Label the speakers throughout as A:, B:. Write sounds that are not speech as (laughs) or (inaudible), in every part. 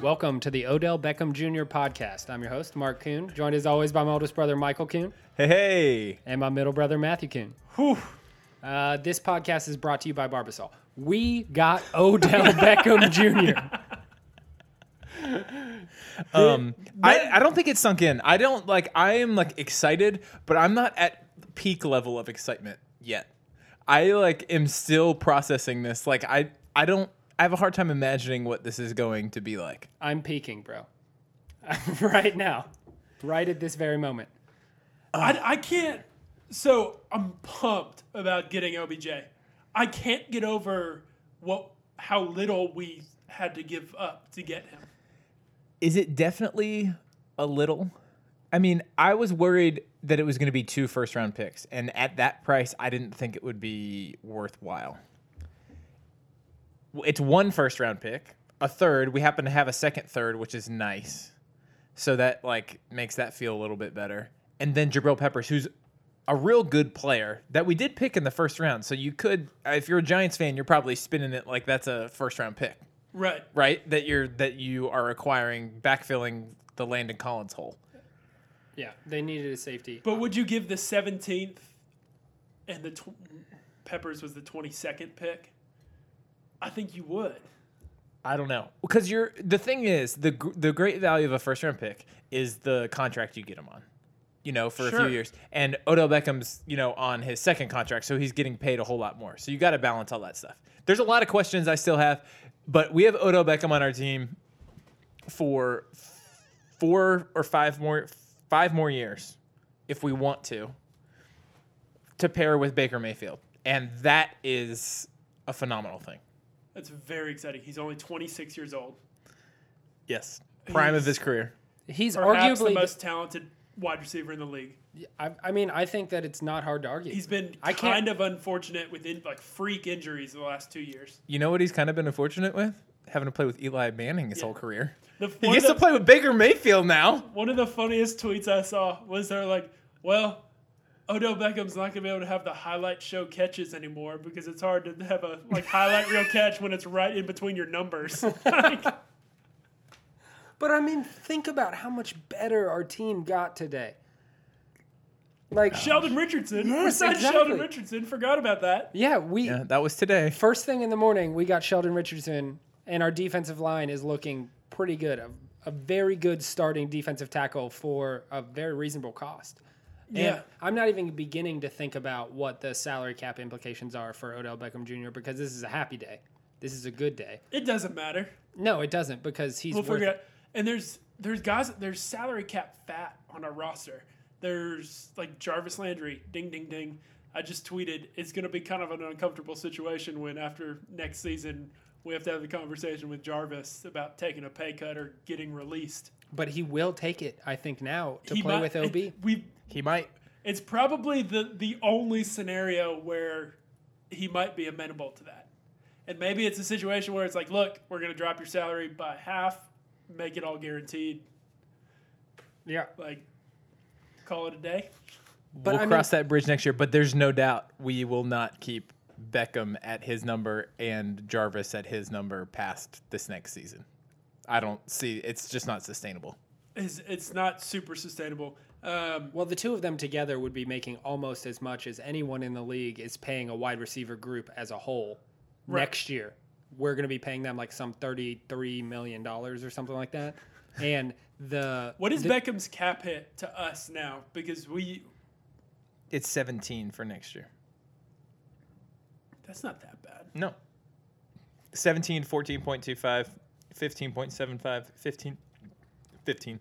A: Welcome to the Odell Beckham Jr. podcast. I'm your host, Mark Kuhn, joined as always by my oldest brother, Michael Kuhn,
B: Hey, hey.
A: and my middle brother, Matthew Kuhn. Uh, this podcast is brought to you by Barbasol. We got Odell (laughs) Beckham Jr.
B: Um, I, I don't think it's sunk in. I don't like. I am like excited, but I'm not at peak level of excitement yet. I like am still processing this. Like I I don't. I have a hard time imagining what this is going to be like.
A: I'm peaking, bro. (laughs) right now, right at this very moment.
C: I, I can't. So I'm pumped about getting OBJ. I can't get over what how little we had to give up to get him.
B: Is it definitely a little? I mean, I was worried that it was going to be two first round picks, and at that price, I didn't think it would be worthwhile. It's one first round pick, a third. We happen to have a second third, which is nice. So that like makes that feel a little bit better. And then Jabril Peppers, who's a real good player that we did pick in the first round. So you could, if you're a Giants fan, you're probably spinning it like that's a first round pick
C: Right.
B: right? That you're that you are acquiring backfilling the Landon Collins hole.
A: Yeah, they needed a safety.
C: But would you give the 17th and the tw- Peppers was the 22nd pick? I think you would.
B: I don't know because you're the thing is the gr- the great value of a first round pick is the contract you get him on, you know, for a
C: Sure.
B: few years. And Odell Beckham's you know on his second contract, so he's getting paid a whole lot more. So you got to balance all that stuff. There's a lot of questions I still have, but we have Odell Beckham on our team for four or five more five more years if we want to to pair with Baker Mayfield, and that is a phenomenal thing.
C: That's very exciting. He's only 26 years old.
B: Yes. Prime of
C: He's-
B: his career.
A: He's
C: Perhaps
A: arguably
C: the most talented wide receiver in the league.
A: I, I mean, I think that it's not hard to argue.
C: He's been
A: I can't-
C: kind of unfortunate with in, like freak injuries the last two years.
B: You know what he's kind of been unfortunate with? Having to play with Eli Manning his whole career.
C: (laughs) The-
B: He
C: one of
B: gets
C: the-
B: to play with Baker Mayfield now.
C: One of the funniest tweets I saw was they're like, well, Odell Beckham's not gonna be able to have the highlight show catches anymore because it's hard to have a like highlight reel catch when it's right in between your numbers. (laughs) Like,
A: But I mean, think about how much better our team got today. Like,
C: Sheldon Richardson.
A: Yes,
C: we signed
A: exactly.
C: Sheldon Richardson. Forgot about that.
A: yeah, we
B: Yeah, that was today.
A: first thing in the morning we got Sheldon Richardson, and our defensive line is looking pretty good. A, a very good starting defensive tackle for a very reasonable cost.
C: Yeah.
A: And I'm not even beginning to think about what the salary cap implications are for Odell Beckham Jr. because this is a happy day. This is a good day.
C: It doesn't matter.
A: No, it doesn't because he's
C: We'll
A: worth
C: figure it out. And there's there's guys there's salary cap fat on our roster. There's like Jarvis Landry, ding ding ding. I just tweeted it's going to be kind of an uncomfortable situation when after next season we have to have the conversation with Jarvis about taking a pay cut or getting released
A: but he will take it. I think now to
C: He
A: play
C: might-
A: with OB.
C: it- we
B: He might.
C: it's probably the the only scenario where he might be amenable to that. And maybe it's a situation where it's like, look, we're going to drop your salary by half, make it all guaranteed.
A: yeah,
C: like call it a day.
A: But
B: we'll
A: I mean-
B: cross that bridge next year, but there's no doubt we will not keep Beckham at his number and Jarvis at his number past this next season. I don't see it's just not sustainable.
C: It's, it's not super sustainable. Um,
A: Well, the two of them together would be making almost as much as anyone in the league is paying a wide receiver group as a whole next year. We're going to be paying them like some $33 million or something like that. And the.
C: what is
A: the,
C: Beckham's cap hit to us now? Because we
B: It's 17 for next year.
C: that's not that bad.
B: No. 17, 14.25, 15.75, 15, 15.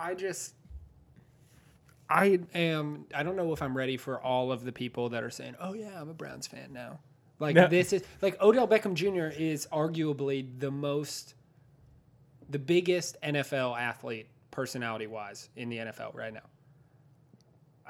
A: I just. I am. I don't know if I'm ready for all of the people that are saying, oh, yeah, I'm a Browns fan now. Like,
B: No.
A: this is. Like, Odell Beckham Jr. is arguably the most. The biggest NFL athlete, personality wise, in the NFL right now.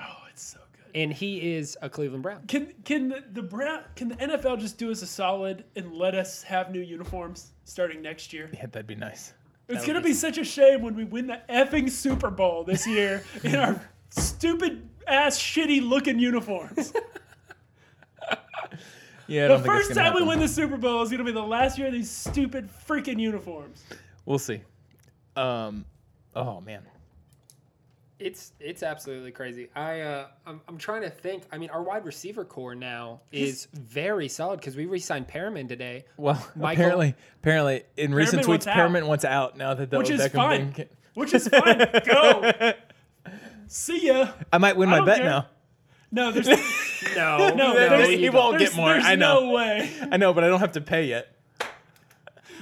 C: Oh, it's so good.
A: and he is a Cleveland Brown.
C: Can can the, the Brown can the NFL just do us a solid and let us have new uniforms starting next year?
B: Yeah, that'd be nice.
C: It's gonna be such a shame when we win the effing Super Bowl this year in our stupid ass shitty looking uniforms.
B: Yeah, I
C: The
B: don't think it's
C: first
B: gonna
C: time we
B: happen.
C: win the Super Bowl is going to be the last year of these stupid freaking uniforms.
B: We'll see. Um, oh man,
A: It's it's absolutely crazy. I uh, I'm, I'm trying to think. I mean, our wide receiver core now is very solid because we re-signed Perriman today.
C: (laughs)
B: Well,
A: Michael-
B: apparently, apparently, in recent
C: wants
B: tweets,
C: out.
B: Permanent wants out now that the
C: Which is
B: Beckham
C: fine.
B: thing. ca- (laughs)
C: Which is fine. Go. See ya.
B: I might win my
C: don't
B: bet
C: care.
B: now. (laughs)
C: No, there's
A: (laughs) No,
C: no.
B: there's-
C: there's,
B: he won't
C: there's-
B: get more,
C: There's
B: I know.
C: No way.
B: I know, but I don't have to pay yet.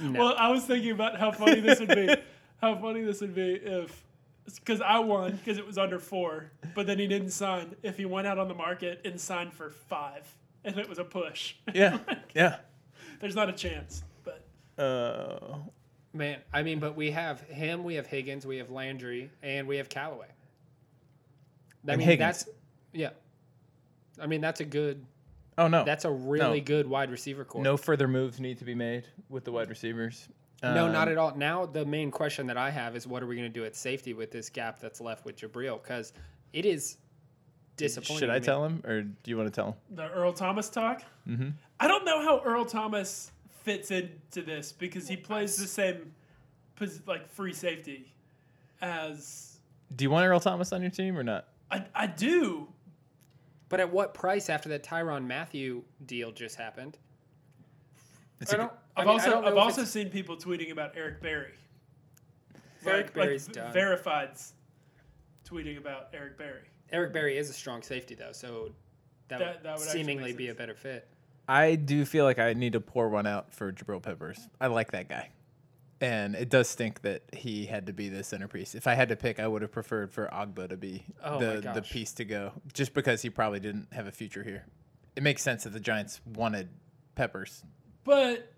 C: Well, I was thinking about how funny this
B: (laughs)
C: would be. how funny this would be if, because I won because it was under four, but then he didn't sign. If he went out on the market and signed for five, and it was a push, (laughs)
B: Yeah, yeah.
C: there's not a chance. But
B: Uh,
A: man. I mean, but we have him, we have Higgins, we have Landry, and we have Callaway. I
B: And
A: mean,
B: Higgins.
A: that's yeah. I mean, that's a good.
B: oh no,
A: That's a really good wide receiver core.
B: no further moves need to be made with the wide receivers.
A: No,
B: Um,
A: not at all. Now the main question that I have is what are we going to do at safety with this gap that's left with Jabril? Because it is disappointing.
B: Should I
A: to me.
B: tell him, or do you want to tell him?
C: the Earl Thomas talk,
B: Mm-hmm.
C: I don't know how Earl Thomas fits into this because he plays the same, pos- like free safety, as
B: Do you want Earl Thomas on your team or not?
C: I, I do.
A: But at what price after that Tyron Matthew deal just happened?
B: It's
A: I
B: a
A: don't. I
C: I've
A: mean, I
C: also
A: don't know
C: I've
A: if
C: also
A: it's-
C: seen people tweeting about Eric Berry.
A: Eric
C: Like-
A: Berry's
C: like,
A: done.
C: Verifieds tweeting about Eric Berry.
A: Eric Berry is a strong safety though, so that,
C: That-
A: would,
C: that would actually
A: seemingly
C: make
A: be a
C: sense.
A: better fit.
B: I do feel like I need to pour one out for Jabril Peppers. I like that guy. And it does stink that he had to be the centerpiece. If I had to pick, I would have preferred for Ogba to be
A: Oh my
B: the, the
A: gosh.
B: piece to go, just because he probably didn't have a future here. It makes sense that the Giants wanted Peppers.
C: But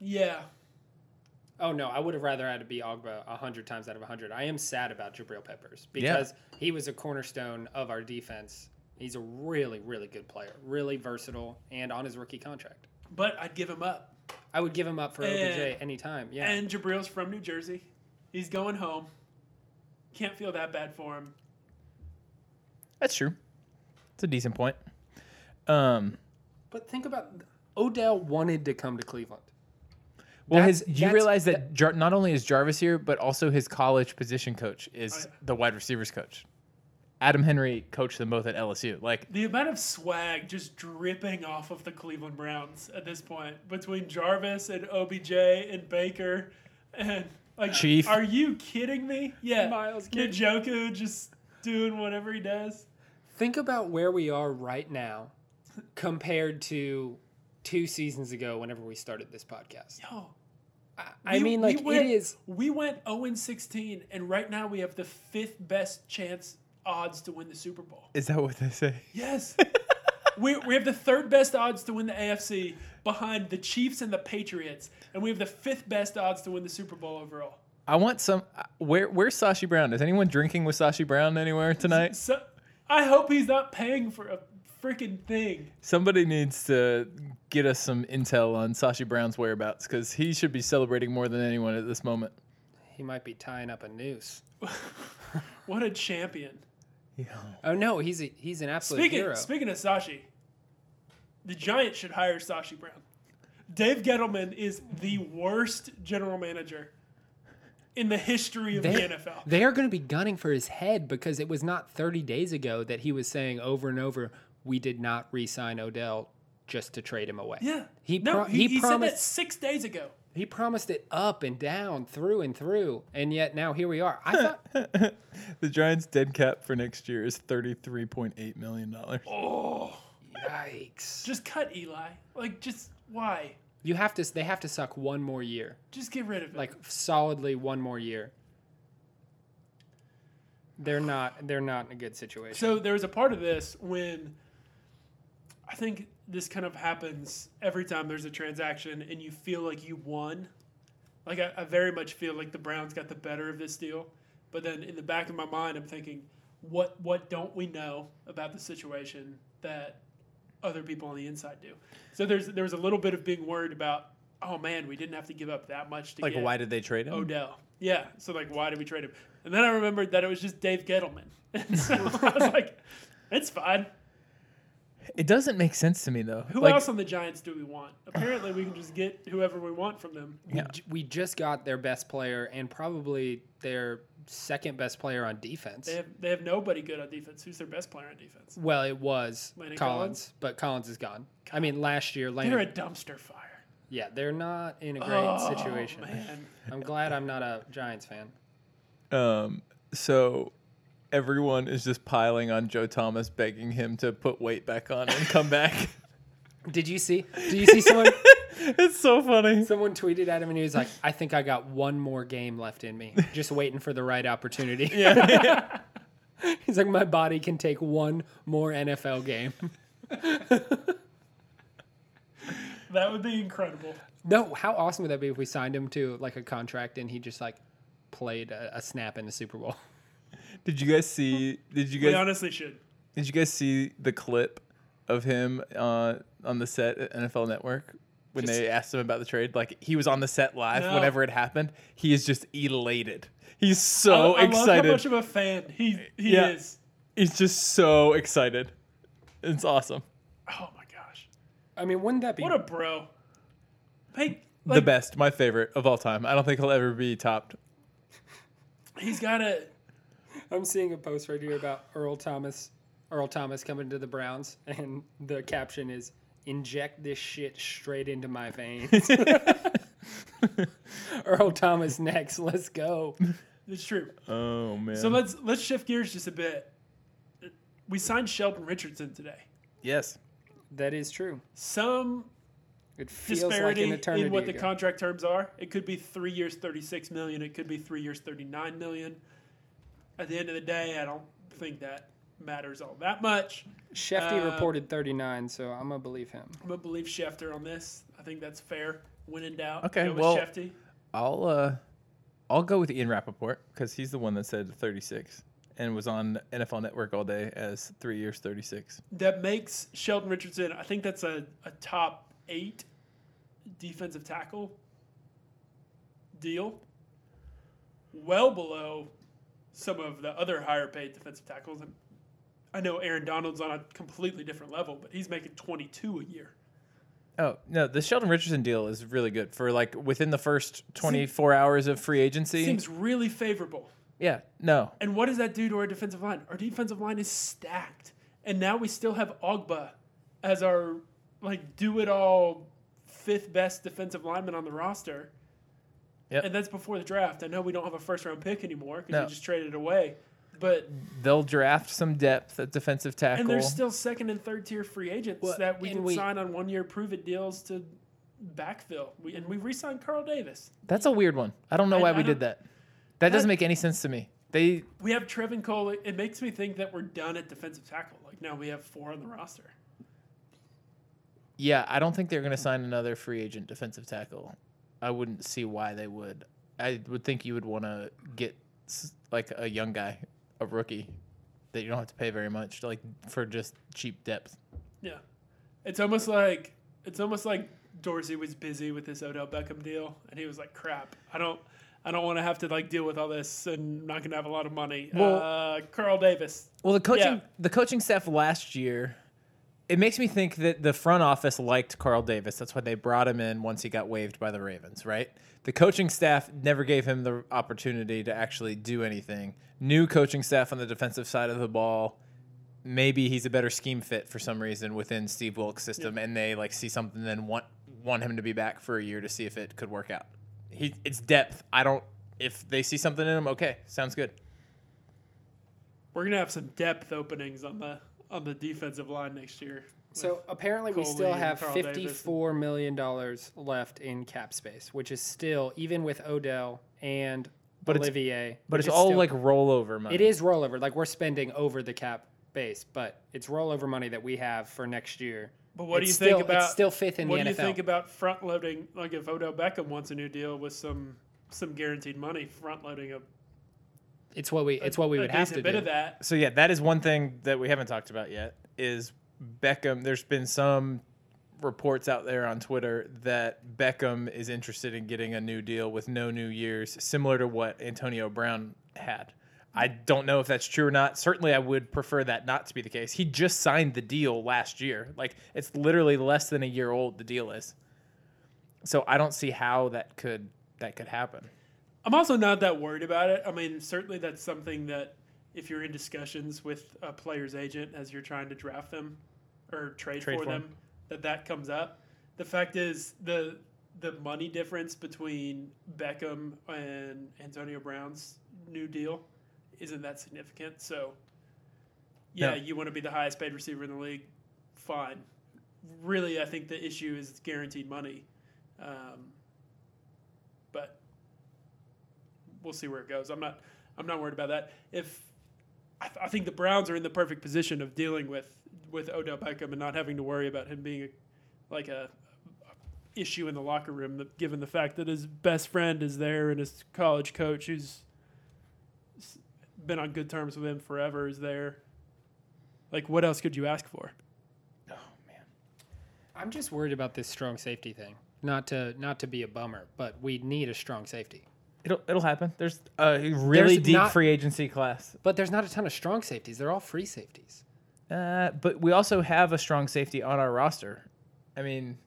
C: yeah,
A: Oh no, I would have rather had to be Ogba hundred times out of hundred. I am sad about Jabril Peppers because he was a cornerstone of our defense. He's a really, really good player, really versatile, and on his rookie contract.
C: but I'd give him up.
A: I would give him up for
C: And-
A: OBJ anytime. Yeah.
C: And Jabril's from New Jersey. He's going home. Can't feel that bad for him.
B: That's true. It's a decent point. Um,
A: but think about Odell wanted to come to Cleveland.
B: well,
A: That's-
B: his, you
A: that's-
B: realize that Jar- not only is Jarvis here, but also his college position coach is
C: I-
B: the wide receivers coach. Adam Henry coached them both at LSU. Like,
C: The amount of swag just dripping off of the Cleveland Browns at this point between Jarvis and OBJ and Baker and like
B: Chief.
C: Are you kidding me? Yeah,
A: Miles Kid-
C: Njoku just doing whatever he does.
A: Think about where we are right now compared to two seasons ago whenever we started this podcast.
C: Yo,
A: I
C: we-
A: mean,
C: we
A: like,
C: went-
A: it is.
C: We went 0 16, and right now we have the fifth best chance odds to win the Super Bowl.
B: is that what they say?
A: (laughs)
C: Yes. we, we have the third best odds to win the AFC behind the Chiefs and the Patriots, and we have the fifth best odds to win the Super Bowl overall.
B: I want some. uh, Where where's Sashi Brown? Is anyone drinking with Sashi Brown anywhere (laughs) tonight?
C: So I hope he's not paying for a freaking thing.
B: Somebody needs to get us some intel on Sashi Brown's whereabouts because he should be celebrating more than anyone at this moment.
A: He might be tying up a noose.
C: What a champion.
A: Oh no, he's a, he's an absolute
C: Speaking,
A: hero.
C: speaking of Sashi, the Giants should hire Sashi Brown. Dave Gettleman is the worst general manager in the history of the
A: They-
C: NFL.
A: They are going to be gunning for his head because it was not 30 days ago that he was saying over and over, "We did not re-sign Odell just to trade him away."
C: Yeah.
A: he
C: no,
A: pro-
C: he,
A: he,
C: he said that
A: promised
C: six days ago.
A: he promised it up and down, through and through, and yet now here we are. I
C: (laughs)
A: thought
B: The Giants' dead cap for next year is thirty three point eight million dollars.
A: Oh. Yikes.
C: Just cut Eli. Like, just why?
A: You have to they have to suck one more year.
C: Just get rid of it.
A: Like solidly one more year. They're not they're not in a good situation.
C: so there was a part of this when I think this kind of happens every time there's a transaction and you feel like you won. Like I, I very much feel like the Browns got the better of this deal, but then in the back of my mind, I'm thinking, what what don't we know about the situation that other people on the inside do? So there's there was a little bit of being worried about. Oh man, we didn't have to give up that much to
B: Like,
C: get
B: why did they trade him?
C: Odell. Oh, Yeah. So like, why did we trade him? And then I (laughs) remembered that it was just Dave Gettleman. And so I was like, it's fine.
B: It doesn't make sense to me though.
C: Who
B: Like,
C: else on the Giants do we want? Apparently, we can just get whoever we want from them.
A: We j- We just got their best player and probably their second best player on defense.
C: They have they have nobody good on defense. Who's their best player on defense?
A: Well, it was
C: Landon
A: Collins,
C: Collins?
A: but Collins is gone. I mean, last year, Landon.
C: They're a dumpster fire.
A: yeah, they're not in a great
C: Oh,
A: situation.
C: Man,
A: I'm glad I'm not a Giants fan.
B: Um, so everyone is just piling on Joe Thomas, begging him to put weight back on and come (laughs) back.
A: Did you see? Do you see someone? (laughs)
B: it's so funny.
A: someone tweeted at him and he was like, "I think I got one more game left in me, just waiting for the right opportunity." Yeah. (laughs) He's like, "My body can take one more NFL game." (laughs)
C: that would be incredible.
A: No, how awesome would that be if we signed him to like a contract and he just like played a, a snap in the Super Bowl?
B: (laughs) Did you guys see? Did you
C: We
B: guys?
C: honestly should.
B: Did you guys see the clip of him uh, on the set at NFL Network when they asked him about the trade? Like he was on the set live
C: No.
B: whenever it happened. He is just elated. He's so
C: I, I love
B: excited.
C: how much of a fan he he
B: Yeah.
C: is.
B: He's just so excited. It's awesome.
C: Oh my gosh,
A: I mean, wouldn't that be
C: what a bro! Hey,
B: the
C: like,
B: best, my favorite of all time. I don't think he'll ever be topped.
C: he's got a
A: I'm seeing a post right here about Earl Thomas. Earl Thomas coming to the Browns, and the caption is "Inject this shit straight into my
C: (laughs)
A: veins." Earl Thomas next. Let's go.
C: It's true.
B: Oh man.
C: So let's let's shift gears just a bit. We signed Sheldon Richardson today.
B: yes.
A: That is true.
C: Some
A: It feels like
C: disparity
A: an eternity.
C: in what the
A: ago.
C: contract terms are. It could be three years, thirty-six million. It could be three years, thirty-nine million. At the end of the day, I don't think that matters all that much.
A: Shefty
C: uh,
A: reported 39, so I'm gonna believe him.
C: I'm gonna believe Schefter on this. I think that's fair. When in doubt,
B: Okay,
C: go with
B: well-
C: Shefty.
B: I'll uh I'll go with Ian Rappaport because he's the one that said 36 and was on NFL Network all day as three years 36.
C: That makes Sheldon Richardson. I think that's a, a top eight defensive tackle deal. Well below some of the other higher paid defensive tackles. And I know Aaron Donald's on a completely different level, but he's making 22 a year.
B: Oh no, the Sheldon Richardson deal is really good for like within the first 24 hours of free agency.
C: Seems really favorable.
B: yeah, no,
C: And what does that do to our defensive line? Our defensive line is stacked. And now we still have Ogba as our like do it all fifth best defensive lineman on the roster.
B: Yep.
C: And that's before the draft. I know we don't have a first round pick anymore because
B: No.
C: we just traded it away. But
B: they'll draft some depth at defensive tackle.
C: and there's still second and third tier free agents
A: Well,
C: that we
A: and
C: can
A: we-
C: sign on one year prove it deals to backfill. We, and we re signed Carl Davis.
B: That's a weird one. I don't know
C: I-
B: why
C: I
B: we did
C: don't-
B: that. That doesn't make any sense to me. They
C: We have Trevin Cole. It makes me think that we're done at defensive tackle. Like now we have four on the roster.
B: Yeah, I don't think they're going to sign another free agent defensive tackle. I wouldn't see why they would. I would think you would want to get s- like a young guy, a rookie that you don't have to pay very much like for just cheap depth.
C: Yeah, it's almost like it's almost like Dorsey was busy with this Odell Beckham deal, and he was like, "Crap, I don't, I don't want to have to like deal with all this, and I'm not gonna have a lot of money."
B: Well-
C: uh, Carl Davis,
B: Well, the coaching
C: Yeah.
B: the coaching staff last year, it makes me think that the front office liked Carl Davis. That's why they brought him in once he got waived by the Ravens, right? The coaching staff never gave him the opportunity to actually do anything. New coaching staff on the defensive side of the ball. Maybe he's a better scheme fit for some reason within Steve Wilkes' system, and they like see something then want want him to be back for a year to see if it could work out. He it's depth. I don't if they see something in him, okay, sounds good.
C: we're gonna have some depth openings on the on the defensive line next year.
A: So apparently, we
C: Coley
A: still
C: and
A: have
C: Carl
A: fifty-four million dollars left in cap space, which is still even with Odell and
B: But it's-
A: Olivier.
B: But
A: which
B: it's
A: is
B: all
A: still-
B: like rollover money.
A: It is rollover. Like we're spending over the cap base, but it's rollover money that we have for next year.
C: But what
A: It's
C: do you
A: still-
C: think about
A: it's still fifth in
C: what
A: the
C: do you
A: NFL.
C: think about front loading? Like if Odell Beckham wants a new deal with some some guaranteed money, front loading a,
A: It's what we it's what we
C: a
A: would have
C: decent
A: to
C: bit
A: do.
C: of that.
B: so yeah, that is one thing that we haven't talked about yet is Beckham. There's been some reports out there on Twitter that Beckham is interested in getting a new deal with no new years, similar to what Antonio Brown had. I don't know if that's true or not. Certainly, I would prefer that not to be the case. He just signed the deal last year. Like, it's literally less than a year old, the deal is. So I don't see how that could that could happen.
C: I'm also not that worried about it. I mean, certainly that's something that if you're in discussions with a player's agent as you're trying to draft them or trade,
B: Trade
C: for,
B: for
C: them,
B: 'em.
C: that that comes up. The fact is the the money difference between Beckham and Antonio Brown's new deal isn't that significant. So, yeah,
B: No.
C: you want to be the highest paid receiver in the league, fine. Really, I think the issue is guaranteed money. Um, but we'll see where it goes. I'm not I'm not worried about that. If I, th- I think the Browns are in the perfect position of dealing with with Odell Beckham and not having to worry about him being a, like a, a issue in the locker room, that, given the fact that his best friend is there and his college coach, who's s- been on good terms with him forever, is there. Like, what else could you ask for?
A: I'm just worried about this strong safety thing. Not to not to be a bummer, but we need a strong safety.
B: It'll it'll happen. There's a really
A: There's
B: deep
A: not-
B: free agency class.
A: But there's not a ton of strong safeties. They're all free safeties.
B: Uh, but we also have a strong safety on our roster. I mean,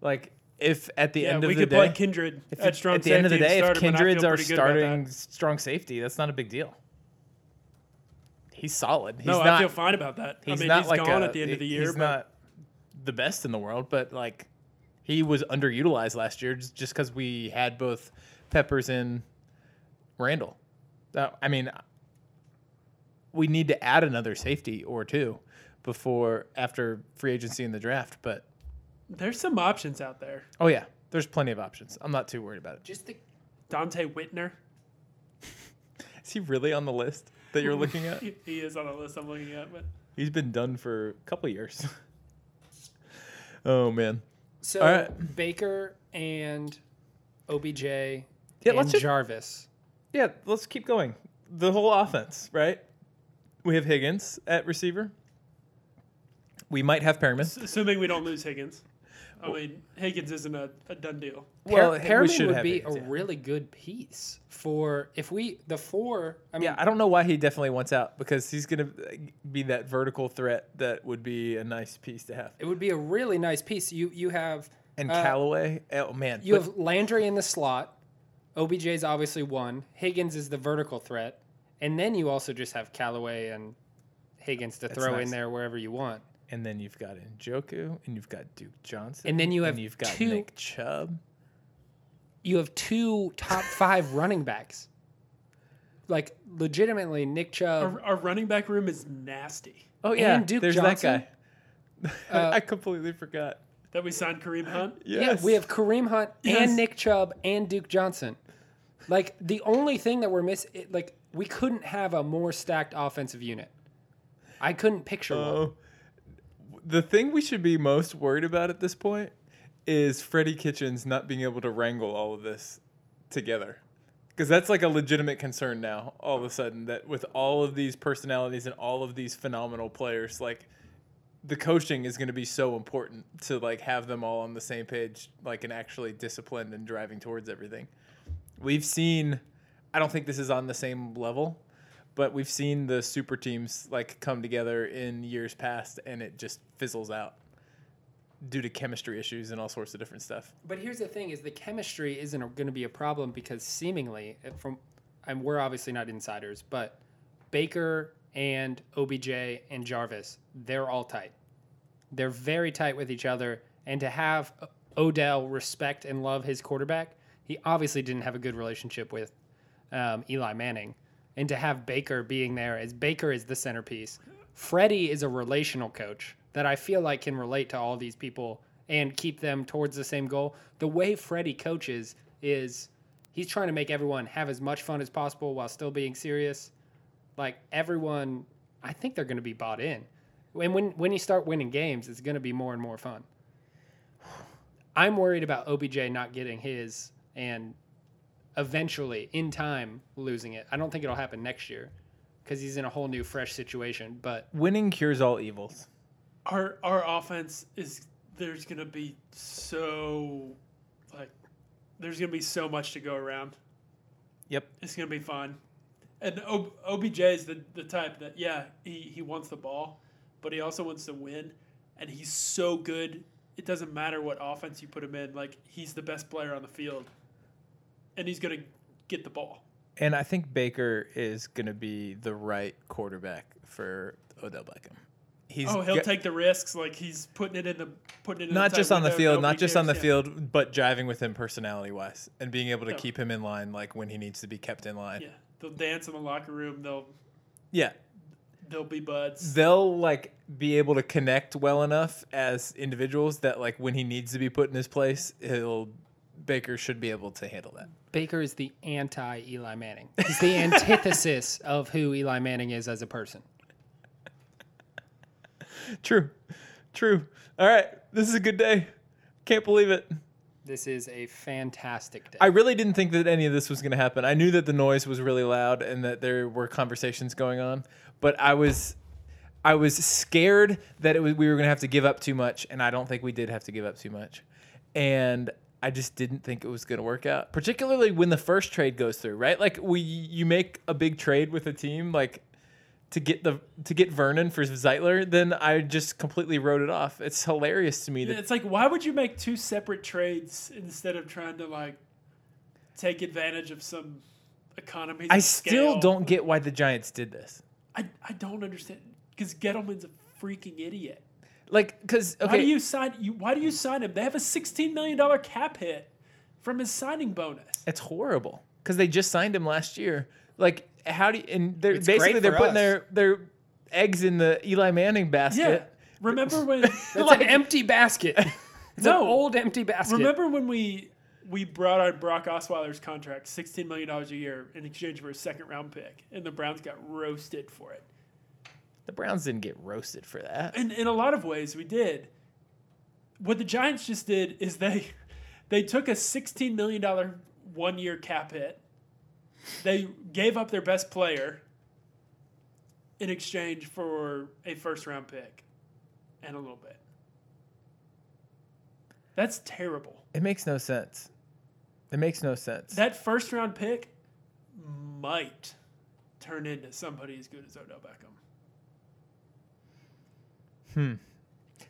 B: like if at the
C: Yeah,
B: end
C: we
B: of the
C: could
B: day,
C: play Kindred
B: if
C: at
B: it-
C: strong
B: at the end of the
C: safety
B: day,
C: and
B: if
C: start him, and I feel
B: Kindred's our
C: pretty good about that.
B: starting strong safety, that's not a big deal. He's solid. He's
C: no,
B: not.
C: I feel fine about that.
B: He's
C: I mean,
B: not
C: he's
B: like
C: gone
B: a-
C: at the end of the year,
B: He's
C: but
B: not the best in the world, but like he was underutilized last year just because we had both Peppers and Randall. Uh, I mean, we need to add another safety or two before after free agency and the draft. But
C: there's some options out there.
B: oh yeah, there's plenty of options. I'm not too worried about it.
A: Just the
C: Dante Whitner.
B: Is he really on the list that you're looking (laughs) at?
C: he is on the list I'm looking at, but
B: He's been done for a couple years. (laughs) oh man.
A: so
B: All right.
A: Baker and OBJ
B: Yeah,
A: and
B: let's just
A: Jarvis.
B: Yeah, let's keep going. The whole offense, right? We have Higgins at receiver. We might have Perriman.
C: assuming we don't lose Higgins. I mean, Higgins isn't a, a done deal.
A: Well,
B: Well, we
A: Perriman
B: should
A: would
B: have
A: be
B: Higgins,
A: a
B: yeah.
A: really good piece for if we the four. I mean,
B: Yeah, I don't know why he definitely wants out because he's going to be that vertical threat that would be a nice piece to have.
A: it would be a really nice piece. You you have
B: And
A: uh,
B: Callaway, oh man,
A: You
B: but
A: have Landry in the slot. OBJ's obviously one. Higgins is the vertical threat. And then you also just have Callaway and Higgins to throw in
B: nice.
A: there wherever you want.
B: and then you've got Njoku, and you've got Duke Johnson,
A: And then you have
B: and you've got
A: two-
B: Nick Chubb.
A: You have two (laughs) top five running backs. Like, legitimately, Nick Chubb.
C: Our, our running back room is nasty.
B: Oh yeah,
A: and Duke
B: there's
A: Johnson.
B: that (laughs) guy. I completely forgot.
C: That we signed Kareem Hunt.
B: Yes.
A: Uh, Yeah, we have Kareem Hunt
C: Yes.
A: and Nick Chubb and Duke Johnson. Like, the only thing that we're missing, like, we couldn't have a more stacked offensive unit. I couldn't picture one.
B: Oh, the thing we should be most worried about at this point is Freddie Kitchens not being able to wrangle all of this together. Because that's like a legitimate concern now, all of a sudden, that with all of these personalities and all of these phenomenal players, like the coaching is going to be so important to like have them all on the same page, like and actually disciplined and driving towards everything. We've seen, I don't think this is on the same level, but we've seen the super teams like come together in years past and it just fizzles out due to chemistry issues and all sorts of different stuff.
A: But here's the thing: is the chemistry isn't going to be a problem because seemingly, uh, from and we're obviously not insiders, but Baker and OBJ and Jarvis, they're all tight. They're very tight with each other, and to have Odell respect and love his quarterback, he obviously didn't have a good relationship with um, Eli Manning, and to have Baker being there as Baker is the centerpiece. Freddie is a relational coach that I feel like can relate to all these people and keep them towards the same goal. The way Freddie coaches is he's trying to make everyone have as much fun as possible while still being serious. Like everyone, I think they're going to be bought in. And when when you start winning games, it's going to be more and more fun. I'm worried about OBJ not getting his and eventually, in time, losing it. I don't think it'll happen next year because he's in a whole new, fresh situation. But
B: Winning cures all evils.
C: Our our offense is there's gonna be so like there's gonna be so much to go around.
B: Yep.
C: It's gonna be fun. And o- OBJ is the, the type that, yeah, he, he wants the ball, but he also wants to win. And he's so good. It doesn't matter what offense you put him in. Like, he's the best player on the field. And he's going to get the ball.
B: And I think Baker is going to be the right quarterback for Odell Beckham. He's
C: oh, he'll
B: go-
C: take the risks. Like, he's putting it in the. putting it in
B: not
C: tight
B: just on the
C: window,
B: field,
C: nobody
B: not just on
C: cares.
B: the
C: Yeah.
B: field, but driving with him personality wise and being able to
C: Yeah.
B: keep him in line like when he needs to be kept in line.
C: Yeah. They'll dance in the locker room. They'll,
B: yeah.
C: they'll be buds.
B: they'll like be able to connect well enough as individuals that like when he needs to be put in his place, he'll Baker should be able to handle that.
A: Baker is the anti Eli Manning. He's the antithesis (laughs) of who Eli Manning is as a person.
B: True. True. All right. This is a good day. Can't believe it.
A: This is a fantastic day.
B: I really didn't think that any of this was going to happen. I knew that the noise was really loud and that there were conversations going on, but I was I was scared that it was, we were going to have to give up too much, and I don't think we did have to give up too much. And I just didn't think it was going to work out, particularly when the first trade goes through, right? Like we you make a big trade with a team like to get the to get Vernon for Zeitler, then I just completely wrote it off. It's hilarious to me that
C: Yeah, It's like, why would you make two separate trades instead of trying to like take advantage of some economies?
B: I
C: of
B: still
C: scale?
B: don't get why the Giants did this.
C: I, I don't understand because Gettleman's a freaking idiot.
B: Like, because okay,
C: Why do you sign you? Why do you sign him? They have a sixteen million dollar cap hit from his signing bonus.
B: It's horrible because they just signed him last year. Like, how do you, and they're
A: It's
B: basically
A: great
B: they're
A: for
B: putting
A: us.
B: their their eggs in the Eli Manning
C: Yeah,
B: basket.
C: remember when?
A: That's an empty
C: (laughs)
A: basket. It's
C: No.
A: an old empty basket.
C: remember when we we brought on Brock Osweiler's contract, sixteen million dollars a year in exchange for a second round pick, and the Browns got roasted for it.
B: The Browns didn't get roasted for that.
C: in, in a lot of ways we did what the giants just did is they (laughs) they took a $16 million one year cap hit they gave up their best player in exchange for a first round pick and a little bit that's terrible
B: It makes no sense. It makes no sense.
C: that first round pick might turn into somebody as good as odell beckham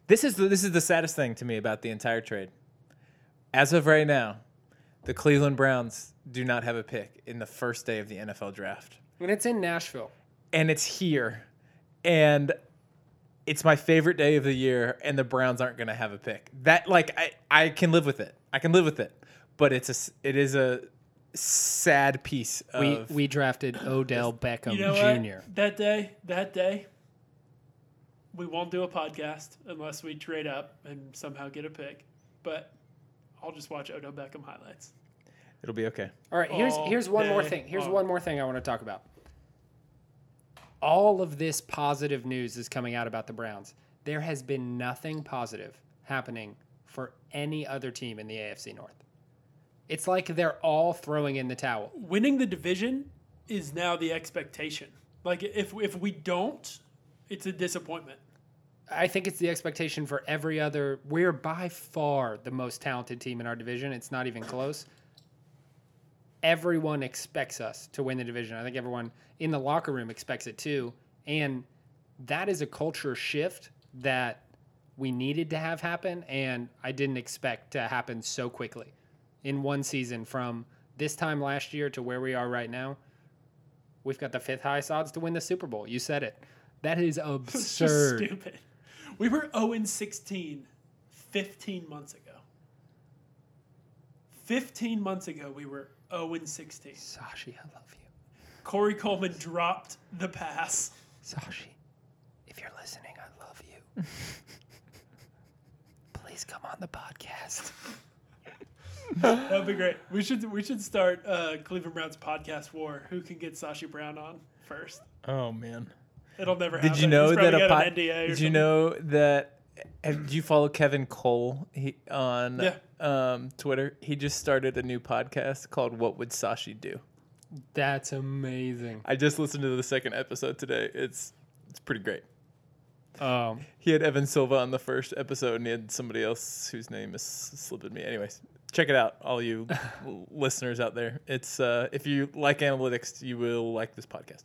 B: this is the, this is the saddest thing to me about the entire trade. As of right now, the Cleveland Browns do not have a pick in the first day of the NFL draft.
A: And it's in Nashville.
B: and it's here and it's my favorite day of the year and the browns aren't going to have a pick that like I, I can live with it i can live with it but it's a s- it is a sad piece
A: We
B: of
A: we
C: (laughs)
A: drafted Odell Beckham
C: You know
A: Jr.
C: what? That day, that day, we won't do a podcast unless we trade up and somehow get a pick. But I'll just watch Odell Beckham highlights.
B: it'll be okay
A: All right, here's
C: all
A: here's one more
C: day
A: thing. Here's
C: long.
A: one more thing I want to talk about. All of this positive news is coming out about the Browns. There has been nothing positive happening for any other team in the AFC North. It's like they're all throwing in the towel.
C: Winning the division is now the expectation. Like if if we don't, it's a disappointment. (laughs)
A: I think it's the expectation for every other. We're by far the most talented team in our division. It's not even close. Everyone expects us to win the division. I think everyone in the locker room expects it too. And that is a culture shift that we needed to have happen. And I didn't expect to happen so quickly in one season from this time last year to where we are right now. We've got the fifth highest odds to win the Super Bowl. You said it. That is
C: (laughs) It's just
A: absurd.
C: stupid. We were 0 and 16 15 months ago. 15 months ago, we were 0 and 16.
A: Sashi, I love you.
C: Corey Coleman dropped the pass.
A: Sashi, if you're listening, I love (laughs) you. Please come on the podcast.
C: That'd be great. We should we should start uh, Cleveland Browns podcast war. Who can get Sashi Brown on first?
B: oh man
C: It'll never happen.
B: did you know
C: He's
B: that
C: probably
B: a
C: got
B: pod,
C: an NDA or
B: did you
C: something.
B: know that have, do you follow kevin cole he, on
C: Yeah.
B: um, twitter he just started a new podcast called what would sashi do
A: That's amazing.
B: i just listened to the second episode today it's it's pretty great
A: Um,
B: He had Evan Silva on the first episode, and he had somebody else whose name is slipping me. Anyways, check it out, all you listeners out there. It's uh, if you like analytics, you will like this podcast.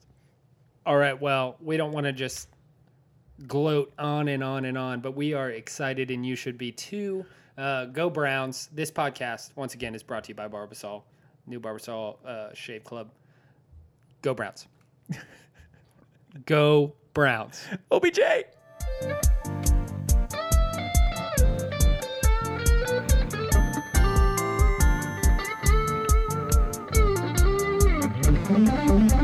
A: All right. Well, we don't want to just gloat on and on and on, but we are excited, and you should be too. Uh, go Browns! This podcast once again is brought to you by Barbasol, New Barbasol uh, Shave Club. Go (laughs) Browns! go Browns!
B: OBJ.
D: Thank you.